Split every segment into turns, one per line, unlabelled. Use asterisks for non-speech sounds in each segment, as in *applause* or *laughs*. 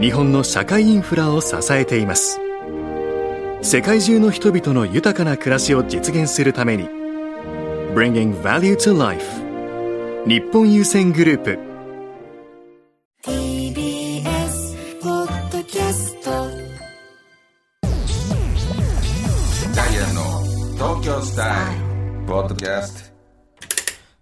日本の社会インフラを支えています世界中の人々の豊かな暮らしを実現するために Bringing Value to Life 日本郵船グループ
TBS ポッドキャスト
ダイアンの東京スタイルポッドキャスト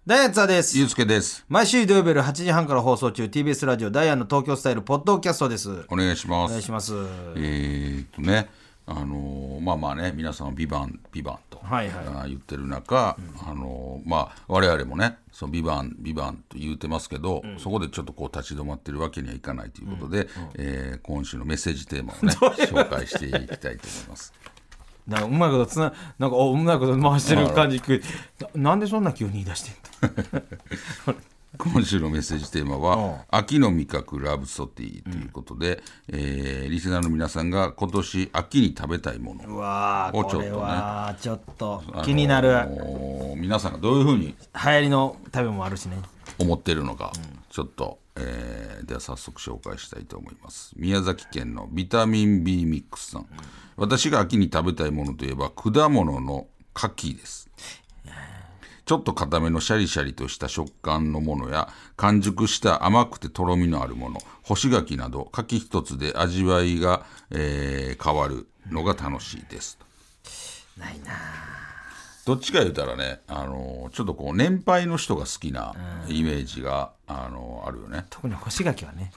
ダイアンツァーです
ゆ。うすけです
毎週土曜日夜8時半から放送中、TBS ラジオ、ダイアンの東京スタイル、ポッドキャストです。
お願いしま
お
す
願いします。
えーっとねあのーまあまあね皆さんは「ビバンビバンと、
はいはい
あー言ってる中、あのーまあ我々もね「そのビバンビバンと言ってますけど、そこでちょっとこう立ち止まってるわけにはいかないということで、えー今週のメッセージテーマ
*laughs*
をね紹介していきたいと思います。
なんかうまいことつな、なんかおうまいこと回してる感じ聞くななんでそんな急に言い出してんの
今週のメッセージテーマは「秋の味覚ラブソティ」ということで、えーリスナーの皆さんが今年秋に食べたいもの
うわ
お
ー、
ちょっ
こ
とね
れはちょっと気になる。
あのー皆さんがどういうふうに
流行りの食べ物もあるしね。
思ってるのか、ちょっと、えーでは早速紹介したいと思います宮崎県のビタミン B ミックスさん、私が秋に食べたいものといえば果物の柿ですちょっと固めのシャリシャリとした食感のものや完熟した甘くてとろみのあるもの干し柿など柿一つで味わいが、えー変わるのが楽しいです、
ないな
どっちか言うたらね、あのちょっとこう年配の人が好きなイメージが、あのあるよね
特に干し柿はね。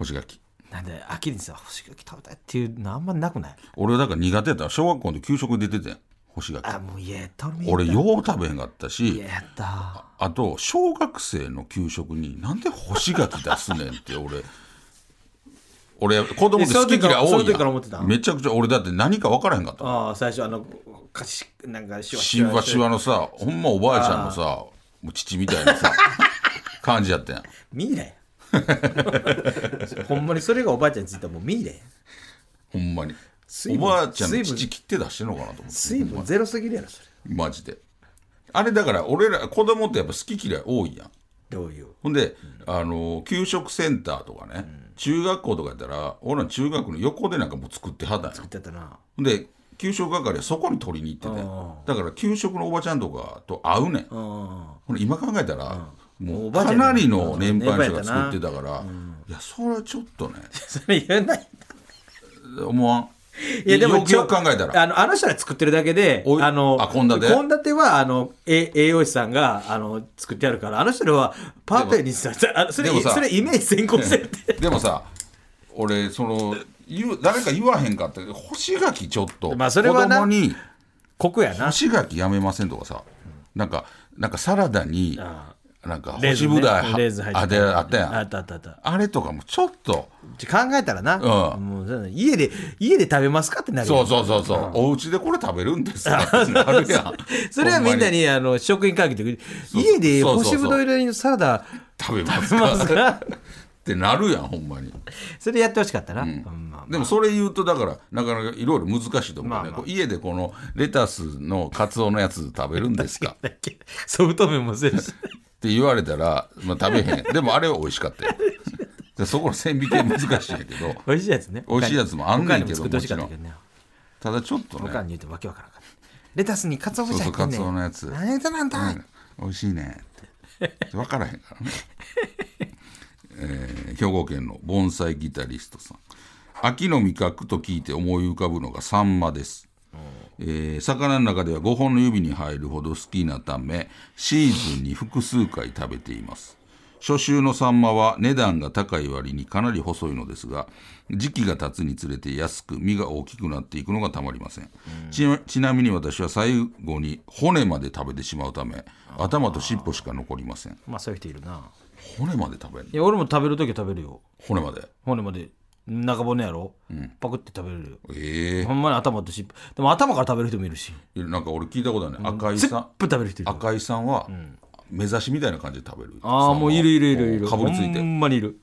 干し柿
なんで、秋にさ、干し柿食べたいっていうのあんまなくない
俺だから苦手やった小学校の給食に出ててん干し
あ、
柿
もう家やった。俺
俺よう食べへんかったし
やった。
あと小学生の給食になんで干し柿出すねんって俺俺子供って好き嫌い
えその
多
時から思っ
い
て
や
た
んめちゃくちゃ俺だって何か分からへんかった
ああ、最初あの、かし、なんかしわ
しわしわのさほんまおばあちゃんのさもう父みたいな
*laughs*
さ感じやったやん
ミイラや。ほんまにそれがおばあちゃんについたらもうミイラや。
ほんまに
水
お
分
ばあちゃんの
水分
父切って出してんのかなと思って
水分ゼロすぎるやろ、それ。
マジであれだから俺ら子供ってやっぱ好き嫌い多いやん
どういう。
ほんで、あの給食センターとかね、中学校とかやったら俺ら中学の横でなんかもう作ってはったんや
言ってたな。
ほんで給食係はそこに取りに行っててだから給食のおばちゃんとかと会うねん
うん。 *laughs*
ほんで今考えたら、も
お
う
ばあち
か
ゃんや
なりの年配の人
う
が
ん
作ってたから、いやそれはちょっとね
それ言えない。
思わん
*laughs* いや、でも、
よくよく考えたら
あの、あの人ら作ってるだけで、
おい
あの、
あ献立
献立は、あの、え栄養士さんが、あの、作ってあるから、あの人らは、パーティーにさ、あのそれ、
でもさ
それイメージ先行してるって。
でもさ俺その言う誰か言わへんかったけど干し柿ちょっと、
まあそれは
子
な
供に
*laughs* ここやな
干。し柿やめませんとかさなんかなんかサラダに
あ
なんか
*laughs* レ
干
ー
し
ズン
ぶ
ね
だ
レーズン入って
あであったやん
あったあったあった。
あれとかもちょっと
ちょ考えたらな、
うん
もうそうだね家で家で食べますかってなる
そう
う
そうそうそう、お家でこれ食べるんですかってなるやん
*laughs* それはみん
ほ
な
ま
にあの職員会議で家で
そうそ
干
うそう
しぶどう入りのサラダ
食べます
食べま
か
すか
ってなるやんほんまに
*laughs* それやってほしかったな、うんまあ *laughs*
でもそれ言うとだからなかなかいろいろ難しいと思うね、
まあまあ
こう家でこのレタスのカツオのやつ食べるんですか
だっけソフト麺もせる
*laughs*
し
って言われたら、まあ、食べへんでもあれは美味しかったよでそこの線引きは難しいんやけど
美味しいやつね
美味しいやつもあんねんけど
他にも作ってほしかったけどね
ただちょっとね
他に言うてわけわからんかったレタスにカツオ節入ってんねん
そうそうカツオのやつ
何やつなんだ、
うん美味しいねって分からへんからね、 *laughs* えー兵庫県の盆栽ギタリストさん秋の味覚と聞いて思い浮かぶのがサンマです、えー魚の中では5本の指に入るほど好きなためシーズンに複数回食べています初秋のサンマは値段が高い割にかなり細いのですが時期が経つにつれて安く身が大きくなっていくのがたまりませんちちなみに私は最後に骨まで食べてしまうため頭と尻尾しか残りません
まあそういう人いるな
骨まで食べんの
いや俺も食べるときは食べるよ
骨まで
骨まで中骨やろ、パクって食べれるよ
え
ほんまに頭としでも頭から食べる人もいるし
えなんか俺聞いたことない、赤井
全部
さん
食べる人いる
赤井さんは、目指しみたいな感じで食べる
ああもういるいるいるいる
かぶりついて
ほんまにいる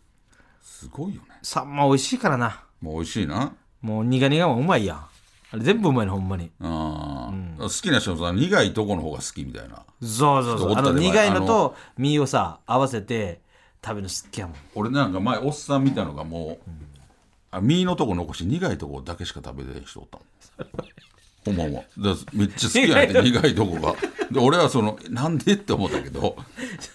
すごいよね
サンマ美味しいからな
もう美味しいな
もう苦々もうまいやんあれ全部うまいのほんまに
あー、好きな人もさ苦いとこの方が好きみたいな
そうそうそう
ちょ
あ
っとお
の
ったで
苦いのと身をさ合わせて食べるの好きやもん
俺なんか前おっさん見たのがもう、あ身のとこ残し苦いとこだけしか食べてない人おったもん
*laughs*
ほんまもだからめっちゃ好きやねんて苦いとこがで俺はそのなんでって思ったけど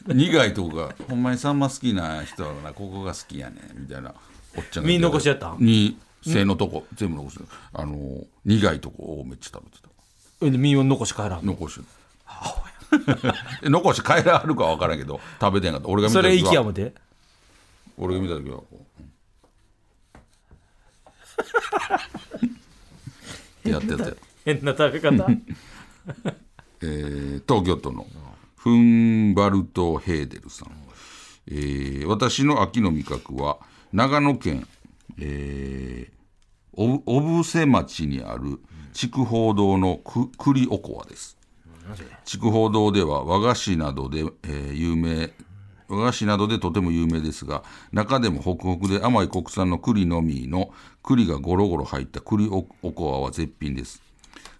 苦いとこがほんまにさんま好きな人はなここが好きやねんみたいなおっちゃんが
身残しやった
に背のとこ全部残してあの苦いとこをめっちゃ食べてた
えで身を残し帰らん
残して *laughs* た残して帰らはるかは分からんけど食べてんかった俺が見た
それ
時
息や
は
もて
俺が見た時はこうやってて、
変な食べ方
えー東京都のフンバルト・ヘーデルさん、えー私の秋の味覚は長野県、えー、小布小布施町にある筑豊堂のく栗おこわです筑豊堂では和菓子などで、えー有名和菓子などでとても有名ですが中でもホクホクで甘い国産の栗のみの栗がゴロゴロ入った栗おおこわは絶品です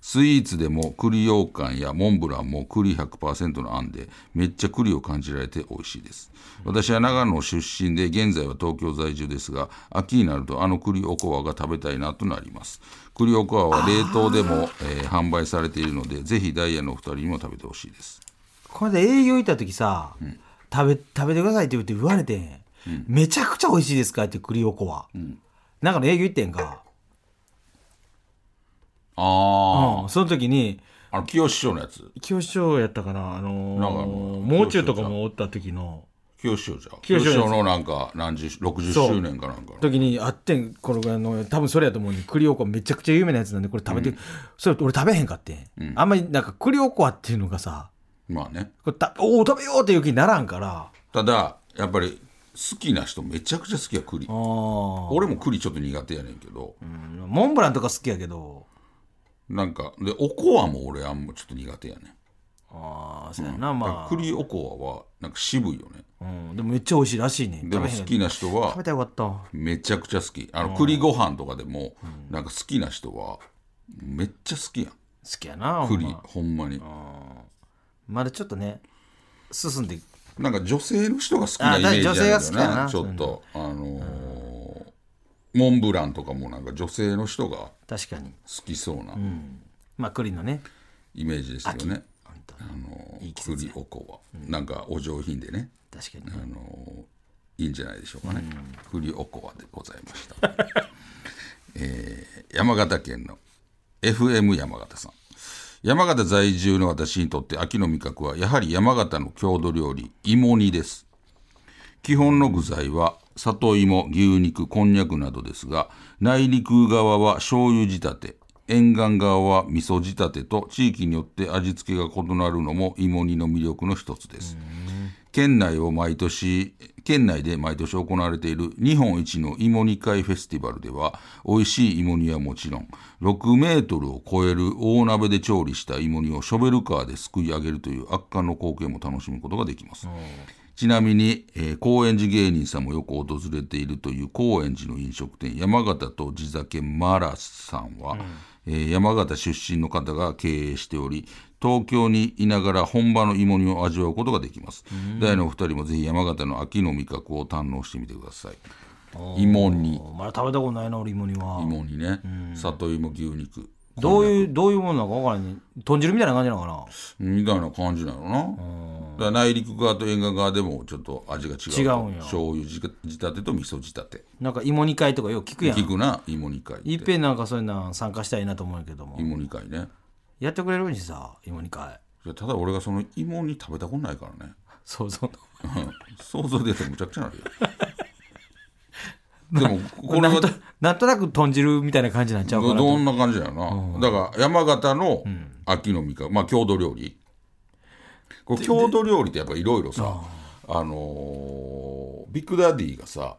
スイーツでも栗羊羹やモンブランも栗100%のあんでめっちゃ栗を感じられて美味しいです私は長野出身で現在は東京在住ですが秋になるとあの栗おこわが食べたいなとなります栗おこわは冷凍でも、えー販売されているのでぜひダイヤのお二人にも食べてほしいです
これで営業行った時さ、食べ食べてくださいって言って言われてん、めちゃくちゃ美味しいですかって栗おこは、なんかの営業行ってんか、
あ
うん、その時に
あの清志師匠のやつ
清志匠やったかなあの
なんかあの
ー、もう中とかもおった時の
清志師匠じゃん
清
清
志
志
師
師
匠
匠のなんか何十60
そう
周年かなんかの
時にあってんこのぐらいの多分それやと思うね栗おこわめちゃくちゃ有名なやつなんでこれ食べて、それ俺食べへんかってん、あんまりなんか栗おこわっていうのがさ
まあね
これたおお食べようっていう気にならんから
ただやっぱり好きな人めちゃくちゃ好きや栗
あー
俺も栗ちょっと苦手やねんけど、
モンブランとか好きやけど
なんかでおこわも俺あんまちょっと苦手やねん
ああそうやな、
だか
ま
ら
あ
栗おこわはなんか渋いよね
うん、でもめっちゃ美味しいらしいね
でも好き
な
な人
食べ
は
たらよかった
めちゃくちゃ好きあの栗ご飯とかでもなんか好きな人はめっちゃ好きやん
好きやなほん
栗
ま
ほんまに
まだちょっとね進んで
なんか女性の人が好きなイメージあるんだ
あだ女性が好きや
よ
な
ねちょっとあのーモンブランとかもなんか女性の人が好
確かに
きそうな
まあ栗のね
イメージですよね、
ほんと
あのー栗おこわなんかお上品でね、
確かに、
あのいいんじゃないでしょうかね。栗おこわでございました。 *laughs* えー山形県の FM 山形さん。山形在住の私にとって秋の味覚はやはり山形の郷土料理芋煮です。基本の具材は里芋、牛肉、こんにゃくなどですが、内陸側は醤油仕立て、沿岸側は味噌仕立てと地域によって味付けが異なるのも芋煮の魅力の一つです。県内を毎年県内で毎年行われている日本一の芋煮会フェスティバルでは美味しい芋煮はもちろん6メートルを超える大鍋で調理した芋煮をショベルカーですくい上げるという圧巻の光景も楽しむことができますちなみに、えー高円寺芸人さんもよく訪れているという高円寺の飲食店山形と地酒マラさんは、えー山形出身の方が経営しており東京にいながら本場の芋煮を味わうことができます大のお二人もぜひ山形の秋の味覚を堪能してみてください芋煮
まだ食べたことないな俺芋煮は
芋煮ね里芋牛肉
どういうどういうものなのか分からんね豚汁みたいな感じなのかな
みたいな感じなのなだから内陸側と沿岸側でもちょっと味が違う
違うんや
醤油仕立てと味噌仕立て
なんか芋煮会とかよく聞くや
聞
ん
くな芋煮会って
いっぺんなんかそういうの参加したいなと思うんやけども
芋煮会ね
やってくれるんしさ芋煮会
いやただ俺がその芋煮食べたことないからね
そうそう
うん想像でやったらむちゃくちゃ
*laughs*
なるよでもこれ
なん
は
となんとなく豚汁みたいな感じになっちゃうか
ど
なと
どんな感じだよな、だから山形の秋の味覚、まあ郷土料理こう郷土料理ってやっぱいろいろさあのービッグダディがさ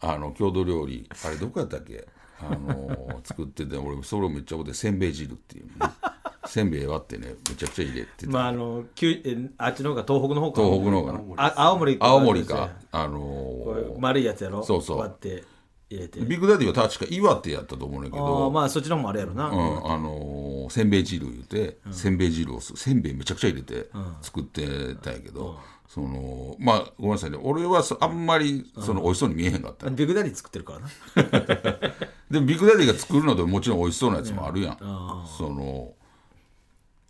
あの郷土料理あれどこやったっけあの作ってて俺それをめっちゃ覚えてせんべい汁っていうのねせんべい割ってねめちゃくちゃ入れてた、
まああのきゅえあっちの方が東北の方か
東北の方かな
あ青森と
青森
あれ
か
ですね
あ
こ
の
う丸いやつやろ
そうそう
こうやって入れて
ビッグダディは確か岩手やったと思うねんだけ
あ
ど
ーまあそっちの方もあれやろな、
うん、あのーせんべい汁言うて、せんべい汁をすせんべいめちゃくちゃ入れて作ってたんやけど、そのまあごめんなさいね俺はそあんまりその美味しそうに見えへんかった、
ビッグダディ作ってるからな
でもビッグダディが作るのでもちろん美味しそうなやつもあるやん、その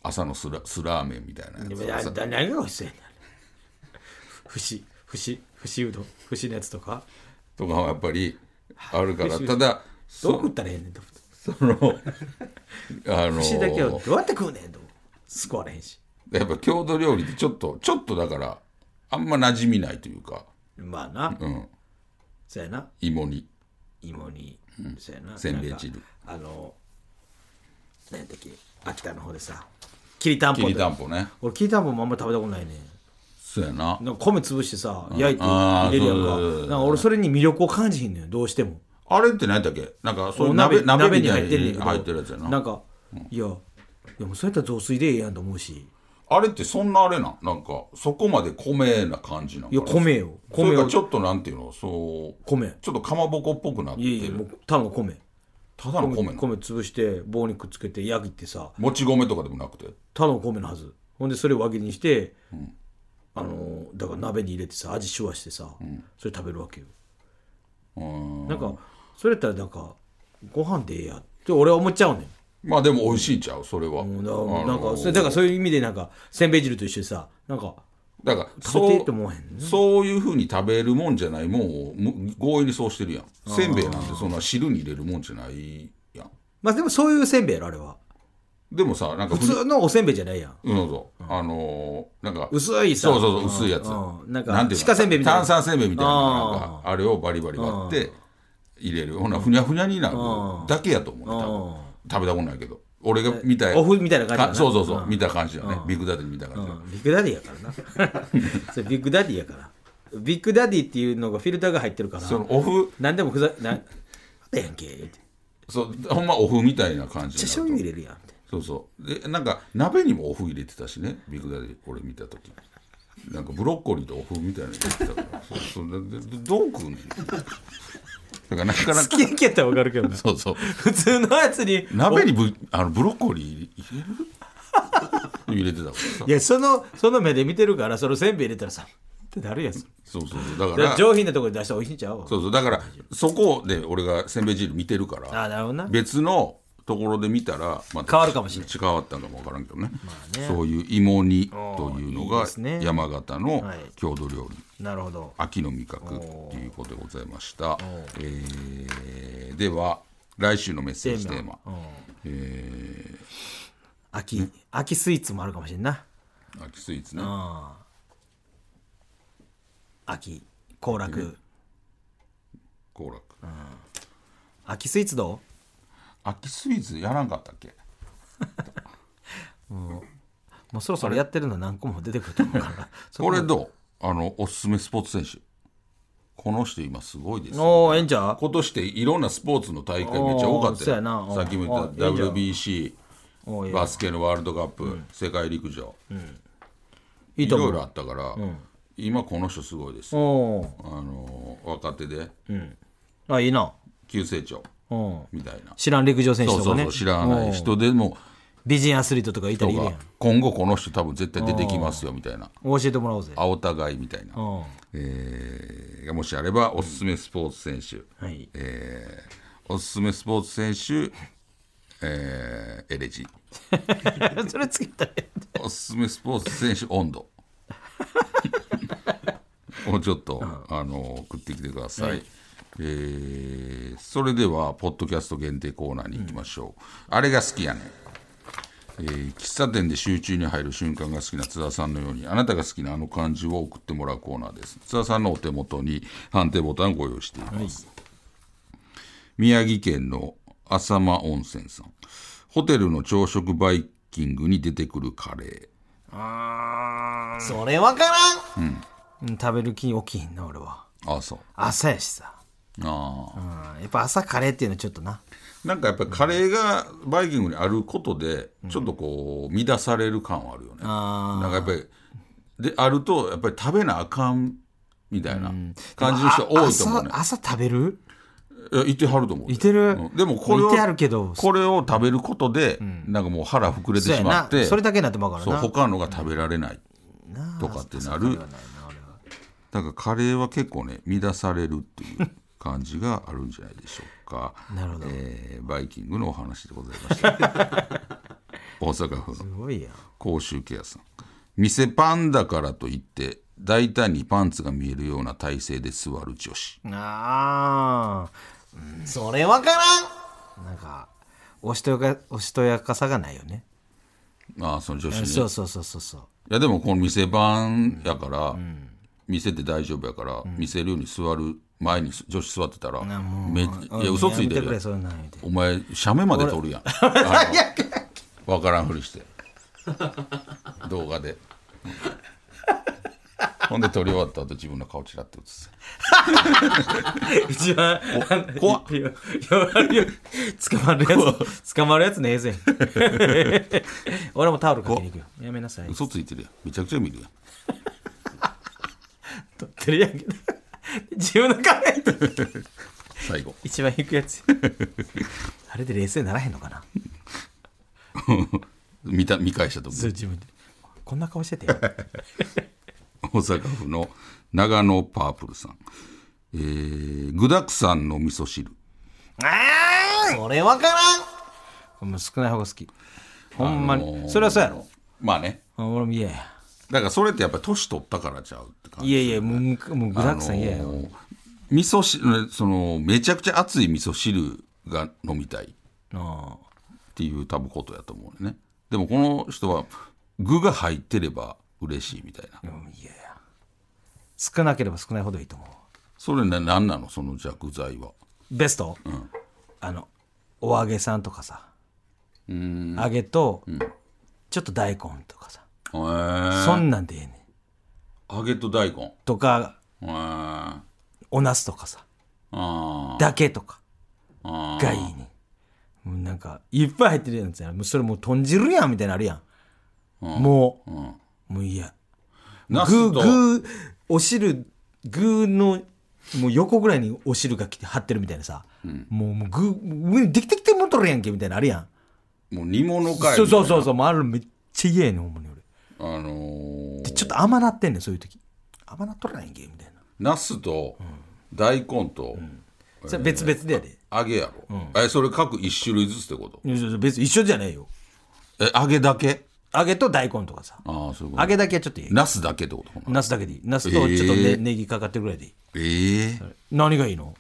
朝のスラスラーメンみたいな
でも
や
だ
つ
だ何が美味しそうやねん *laughs* 節節節うどん節のやつとか
とかはやっぱりあるから
節
ただ
どう
そ
食ったらええねんと思って
その *laughs* あの
*laughs* 節だけを
ー
どうやって食うねんと思って救われへんし
やっぱ郷土料理ってちょっとちょっとだからあんま馴染みないというか、
まあな、
うん、
そうやな
芋に。
芋に、そうやな
せんべい汁
なんかあの何やったっけ秋田の方でさきりたんぽ
き
と
りたんぽね
俺きりたんぽもあんま食べたことないね
そうやな
なんか米潰してさ焼いて
あー
入れるやん
そう
か
そうそうそう
なんか俺それに魅力を感じひんのよどうしても
あれって何だっけなんかそういう
お
鍋鍋
鍋
み
に
たい
入ってるんや
に
けど
入ってるやつやな
なんか、いやいやもうそうやったら雑炊でええやんと思うし
あれってそんなあれなんなんかそこまで米な感じなん
い
か
や
な
米よ
それ
米
か
を
ちょっとなんていうのそう
米
ちょっとかまぼこっぽくなってる
いやいやもうただの米
ただの米なの
米潰して棒にくっつけて焼いてさ
もち米とかでもなくて
ただの米のはずほんでそれを輪切りにして、あのだから鍋に入れてさ味手話してさ、それ食べるわけよ
うん
なんかそれやったらなんかご飯でええやって俺は思っちゃうねん
まあでも美味しいんちゃうそれは、
もう
あ
な
の
なんかそれだからそういう意味でなんかせんべい汁と一緒でさなんか
だから
食べて
そ
いいと思
う
わへんね
そういうふうに食べるもんじゃないもんをむ強引にそうしてるやんせんべいなんてそんな汁に入れるもんじゃないやん
まあでもそういうせんべいやろあれは
でもさなんか
普通のおせんべいじゃないやん
うん、そうあのーなんか
薄いさ
*laughs* そうそう
うん
そう薄いやつ
うんなんか
ていうの
鹿せんべいみたいな
炭酸せんべいみたいな
あ
な
ー
んかあれをバリバリ割って入れるほなふにゃふにゃになるだけやと思うね多分食べたことないけど俺が見た
お麩みたいな感じだ
か
な
そうそうそう見た感じだねビッグダディ見た感じだ
うんビッグダディやからな *laughs* それビッグダディやからビッグダディっていうのがフィルターが入ってるから
そのおふ
何でもふざなあったやんけ言うてめっ
そうほんまおふみたいな感じ
ちゃ
になると
醤油入れるやんって
そうそうでなんか鍋にもおふ入れてたしねビッグダディ俺見た時なんかブロッコリーとおふみたいなの入れてたからそうそうででどう食うねんだからなかなか
好きやけやったらわかるけどな
そうそう
*laughs* 普通のやつに
鍋にぶあのブロッコリー入れる入れてたからさ
いやそのその目で見てるからそのせんべい入れたらさってなるやんそれ
そうそうそうだか
だからら上品なところで出したら美味しいんちゃう
そうそうだからそこで俺がせんべい汁見てるか
ああ
ら
なるほどな
別のところで見たら、また
変わるかもしれない
違変わったのかもわからんけどね,、そういう芋煮というの
おーいい
が
ですね
山形の
はい
郷土料理、
なるほど
秋の味覚ということでございました、えーでは来週のメッセージテーマ
秋秋スイーツもあるかもしれんな
秋スイーツね
秋行楽
行楽
秋スイーツど
秋スイーツやらんかったっけ
うもうそろそろやってるの何個も出てくると思うから *laughs* そ
これどうあのおすすめスポーツ選手この人今すごいですよ
おおええんちゃう
今年っていろんなスポーツの大会めっちゃ多か
おーそ
っ
う
た
やな
さっきも言った
おー
WBC
おーええ
バスケのワールドカップ、世界陸上、
い
い
いと思
ろ
う
いろあったから、今この人すごいです
お
あ
お
のー若手で
あいいな
急成長
うん
みたいな、
知らん陸上選手
そう
と
そ
か
う
ね
そう知らない人でも
美人アスリートとかいた
と
りいるや
か
ん
今後この人多分絶対出てきますよみたいな
教えてもらおうぜ
青互いみたいな、
うんは
えーがもしあればおすすめスポーツ選手、
い
えーおすすめスポーツ選手、えーエレジ
それつけたらええ
おすすめスポーツ選手温度 *laughs* もうちょっと、あの送ってきてください、えーそれではポッドキャスト限定コーナーに行きましょう、あれが好きやねんえー喫茶店で集中に入る瞬間が好きな津田さんのようにあなたが好きなあの漢字を送ってもらうコーナーです津田さんのお手元に判定ボタンをご用意しています、宮城県の浅間温泉さんホテルの朝食バイキングに出てくるカレ
それわからん、うん、食べる気起きひんな俺は
ーあそう
朝やしさ
ああ
うん、やっぱ朝カレーっていうのはちょっとな
なんかやっぱりカレーがバイキングにあることでちょっとこう乱される感はあるよね、
あー
なんかやっぱりであるとやっぱり食べなあかんみたいな感じの人多いと思うね
あ朝朝食べる
いやいてはると思うで
いてる
うんでもこれ
い
を
てはるけど
これを食べることで、なんかもう腹膨れて
そう
し
や
まっ
な
て
それだけになってまうから
そう
な
他のが食べられないとかってなるだからカレーは結構ね乱されるっていう感じがあるんじゃないでしょうか
*laughs* なるほど
えーバイキングのお話でございました *laughs* 大阪府の
すごいやん
甲州ケアさん店パンだからといって大胆にパンツが見えるような体勢で座る女子
あー、うん、それわからんなんかおしとやかおしとやかさがないよね
ああその女子ね
そうそうそうそうそう
いやでもこの店番やから、店って大丈夫やから、見せるように座る前に女子座ってたら、めいや嘘ついて
や
る
めくれ
やん
そんなん言うて
お前写メまで撮
*laughs*
るやんあのわからんふりして動画でほんで撮り終わった後自分の顔ちらって映す
一番
お怖っ
いややばいよ捕まるやつ捕まるやつの映像やん俺もタオルかけに行くよやめなさい
嘘ついてるやんめちゃくちゃ見るやん
撮ってるやんけど自分の顔やった
最後
一番引くやつあれで冷静にならへんのかな
見た見返した時
そう自分でこんな顔しててあ
大阪府の長野パープルさん、えー、具だくさんの味噌汁
あそれわからんもう少ない方が好きほんまに、
あのー
それはそうやろ
まあね
あ俺も嫌や
だからそれってやっぱ年取ったからちゃうって感じ
いやいやもうむくもう具だくさん嫌や、
あのー味噌汁そのめちゃくちゃ熱い味噌汁が飲みたいっ
あ
ていう多分ことやと思うねでもこの人は具が入ってれば嬉しいみたいな
あうん嫌や少なければ少ないほどいいと思う
それな何なのその弱剤は
ベスト、あのお揚げさんとかさ揚げと、ちょっと大根とかさ
へー
そんなんでええねん
揚げと大根へ
とか
ーあ
お茄子とかさ
ー
だけとか
あー
がいいねんもうなんかいっぱい入ってるやつやもうそれもう豚汁やんみたいなのあるやんもう、もういや
ナ
グー
ス
グ
と
ーお汁グーのもう横ぐらいにお汁が来て張ってるみたいなさ、もうもうグー上にできてきてもうとるやんけみたいなのあるやん
もう煮物かい
そうそう
う
そうそう、もうあるめっちゃ嫌やねん、ほんまに俺。
あのー
で、ちょっと甘なってんねん、そういう時。甘なっとらないんけ、みたいな。
ナスと大根と
それ別々でやで。
揚げやろ、えそれ各1種類ずつってこと
いやそうそう別に一緒じゃないよ。
え揚げだけ
揚げと大根とかさ。
ああそういうこ
揚
と
げだけはちょっといい。
ナスだけってことかな
ナスだけでいい。ナスとちょっとね、
えー
ネギかかってるぐらいでいい。
ええ
何がいいの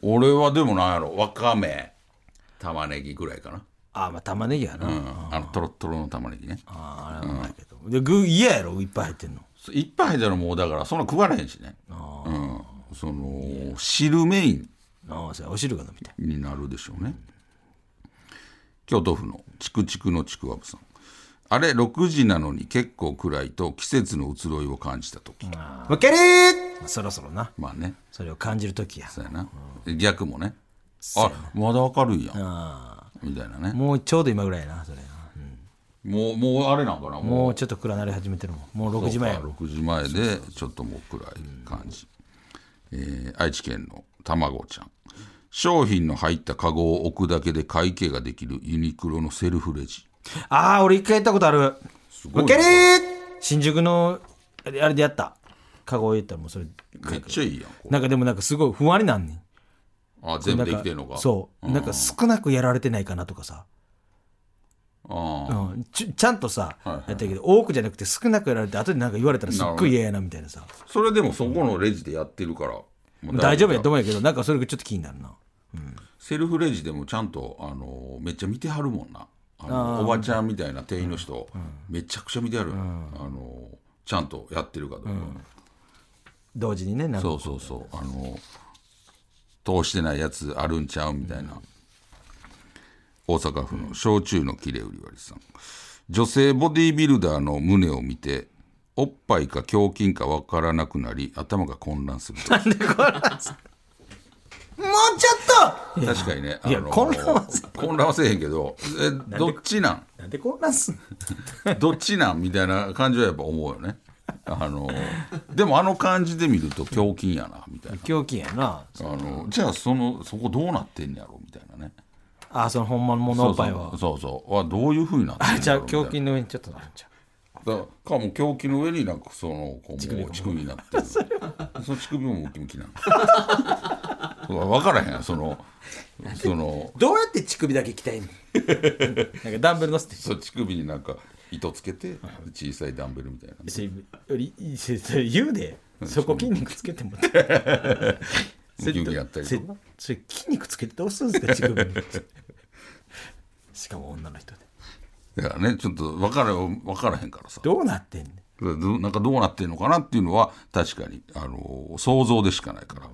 俺はでもなんやろわかめ玉ねぎぐらいかな
ああ、まあ玉ねぎやな。
うんあのトロットロの玉ねぎね
ああ、あれはうまいけど。で、具嫌やろ、いっぱい入ってんの。
そういっぱい入ったらもうだからそんな食われへんしねうんその汁メイン
ああ、それお汁が飲みたい。
になるでしょうね、京都府のチクチクのちくわぶさんあれ6時なのに結構暗いと季節の移ろいを感じた時、
むけりーそろそろな。
まあね
それを感じる時や。
そうやな、逆もねあまだ明るいやん、
あ
みたいなね
あもうちょうど今ぐらいやな、それな。
もうもうあれなんかなも
もうちょっと暗なり始めてるもん。もう
う
6時前やろ。
6時前でちょっともう暗い感じ、えー愛知県のたまごちゃん商品の入ったカゴを置くだけで会計ができるユニクロのセルフレジ
ああ、俺一回行ったことある。
ごい
むけりー新宿の、あれあれでやった。カゴへ行ったらもうそれ。
めっちゃいいやんこ
なんかでもなんかすごい不安になんねん。
うあ全部できてんのか
そう。なんか少なくやられてないかなとかさ。
ああ
うん、ちちゃんとさ、やったけど、多くじゃなくて少なくやられて、後でなんか言われたらすっごい嫌やなみたいなさ。
それでもそこのレジでやってるから、もう
大丈夫や
だ
と思うやけど、なんかそれがちょっと気になるな。
セルフレジでもちゃんと、あのめっちゃ見てはるもんなあのおばちゃんみたいな店員の人、めちゃくちゃ見てはる、あのちゃんとやってるかどうか、
同時にね、なんか。
そうそうそうあの通してないやつあるんちゃうみたいな、大阪府の焼酎の切れ売り割りさん女性ボディービルダーの胸を見ておっぱいか胸筋かわからなくなり頭が混乱する *laughs*
なんでこれ
確かにね。
いや
あの
混乱はさ
混乱はせえへんけど、えどっちなん
なんでこんなんすん
どっちなんみたいな感じはやっぱ思うよね。あのでもあの感じで見ると胸筋やなみたいな。
狂気やな
あのじゃあそのそこどうなってんやろみたいなね。
あその本物のおっぱいは
そうそうそうそうはどういうふうになってんや
あ
ろ
じゃあ
みたい
胸
な
筋の上にちょっとなるんちゃう
だからかも胸筋の上になんかそのこうもう乳首になってる
*laughs*
その乳首もムキムキなの分からへんやんそのその
どうやって乳首だけ鍛えんの
*laughs*
なんかダンベルのせて
そう乳首になんか糸つけて小さいダンベルみたいな
それよりそれそれ言うでそこ筋肉つけても
ムキムキやったり
それ
とか
それ筋肉つけてどうするんですか
*laughs*
乳首にしかも女の人で
だからねちょっと分から分からへんからさ
どうなってんねん
どなんかどうなってんのかなっていうのは確かにあの想像でしかないから、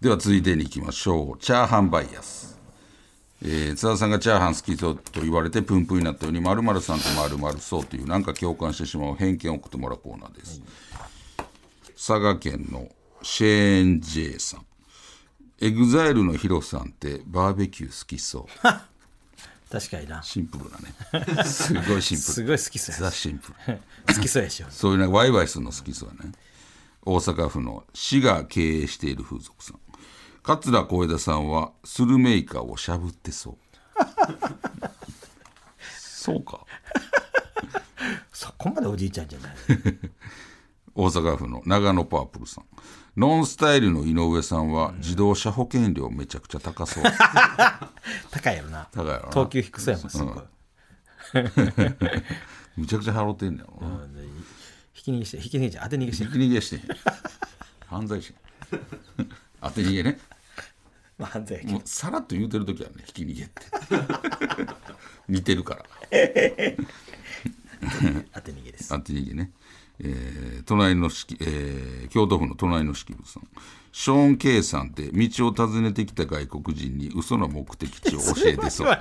では続いてに行きましょうチャーハンバイアス、えー津田さんがチャーハン好きそうと言われてプンプンになったように〇〇さんと〇〇そうというなんか共感してしまう偏見を送ってもらうコーナーです、佐賀県のシェーン・ジェイさんエグザイルのヒロさんってバーベキュー好きそう
確かにな
シンプル
*laughs*
だねすごいシンプ
す
ル
ごい好きそう
ザ・
や
シンプル
好きそうやしょ
そういうなんかワイワイするの好きそうやね。大阪府の市が経営している風俗さん。桂小枝さんはスルメイカをしゃぶってそう。そうか。
そこまでおじいちゃんじゃない
大阪府の長野パープルさん。ノンスタイルの井上さんは自動車保険料めちゃくちゃ高そう。
高いやろな
高いやろな
等級低そうやもんすごい
*laughs* めちゃくちゃ払ってんねやろな。
ひき逃げしてひき逃げじゃ当て逃げして
ひき逃げしてへん。犯
*laughs*
罪者。当て逃げね。
まあ犯罪やけ
も
ど
うさらっと言うてる時はねひき逃げって *laughs* 似てるから
当て逃げです
アンティニーね、えー隣のしき、えー京都府の隣の式部さんショーン・ケイさんって道を訪ねてきた外国人に嘘の目的地を教
*laughs*
えてそう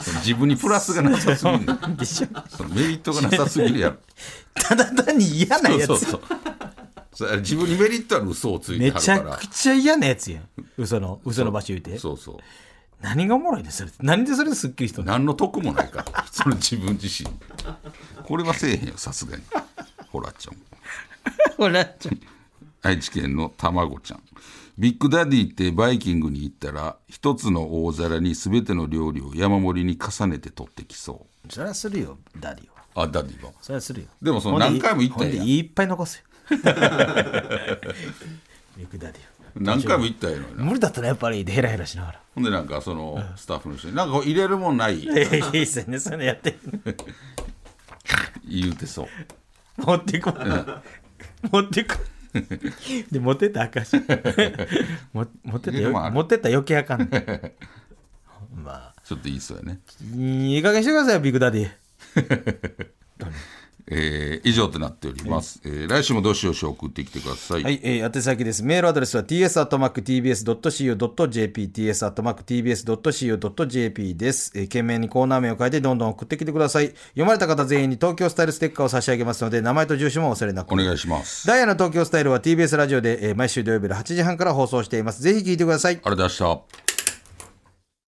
その自分にプラスがなさすぎるねん
でしょ
そのメリットがなさすぎるやろ
ただ単に嫌 *laughs* な
そう
や
そう
つ
そうそれ自分にメリットある嘘をついて
め
はる
ち
か
ゃ
ら
くちゃ嫌なやつやん嘘の嘘の場所言うて
そうそう
何がおもろいねんそれ何でそれですっきりしたの
何の得もないからその自分自身これはせえへんよさすがにほらちゃん
ほらちょ
愛知県のたまごちゃんビッグダディってバイキングに行ったら一つの大皿に全ての料理を山盛りに重ねて取ってきそう
それはするよダディは
あダディは
それはするよ
でもその
ほんで
何回も行ったんや
ほんでいっぱい残すよビッグダディは
何回も行ったやのにな
無理だったらやっぱりでヘラヘラしながら
ほんでなんかそのスタッフの人に「なんかこう入れるもんない」
いやいやいいっすよねそれやって
言うてそう
持ってこ持ってこで持ってったらあか
*laughs*
んしも持ってった
でもあ
よ
る
持ってったら余計あかんね
*laughs*
まあ
ちょっと言いそうやね、
いい加減にしてくださいよビッグダディ
えー以上となっております、えー来週もどしどし送ってきてください、
はい、えー、宛先です。メールアドレスは ts.tbs.co.jp、ts.tbs.co.jp です。えー、懸命にコーナー名を書いてどんどん送ってきてください。読まれた方全員に東京スタイルステッカーを差し上げますので、名前と住所もお忘れなく
お。願いします
ダイヤの東京スタイルは TBS ラジオで、えー毎週土曜日の8時半から放送しています。ぜひ聞いてください。
あれ出した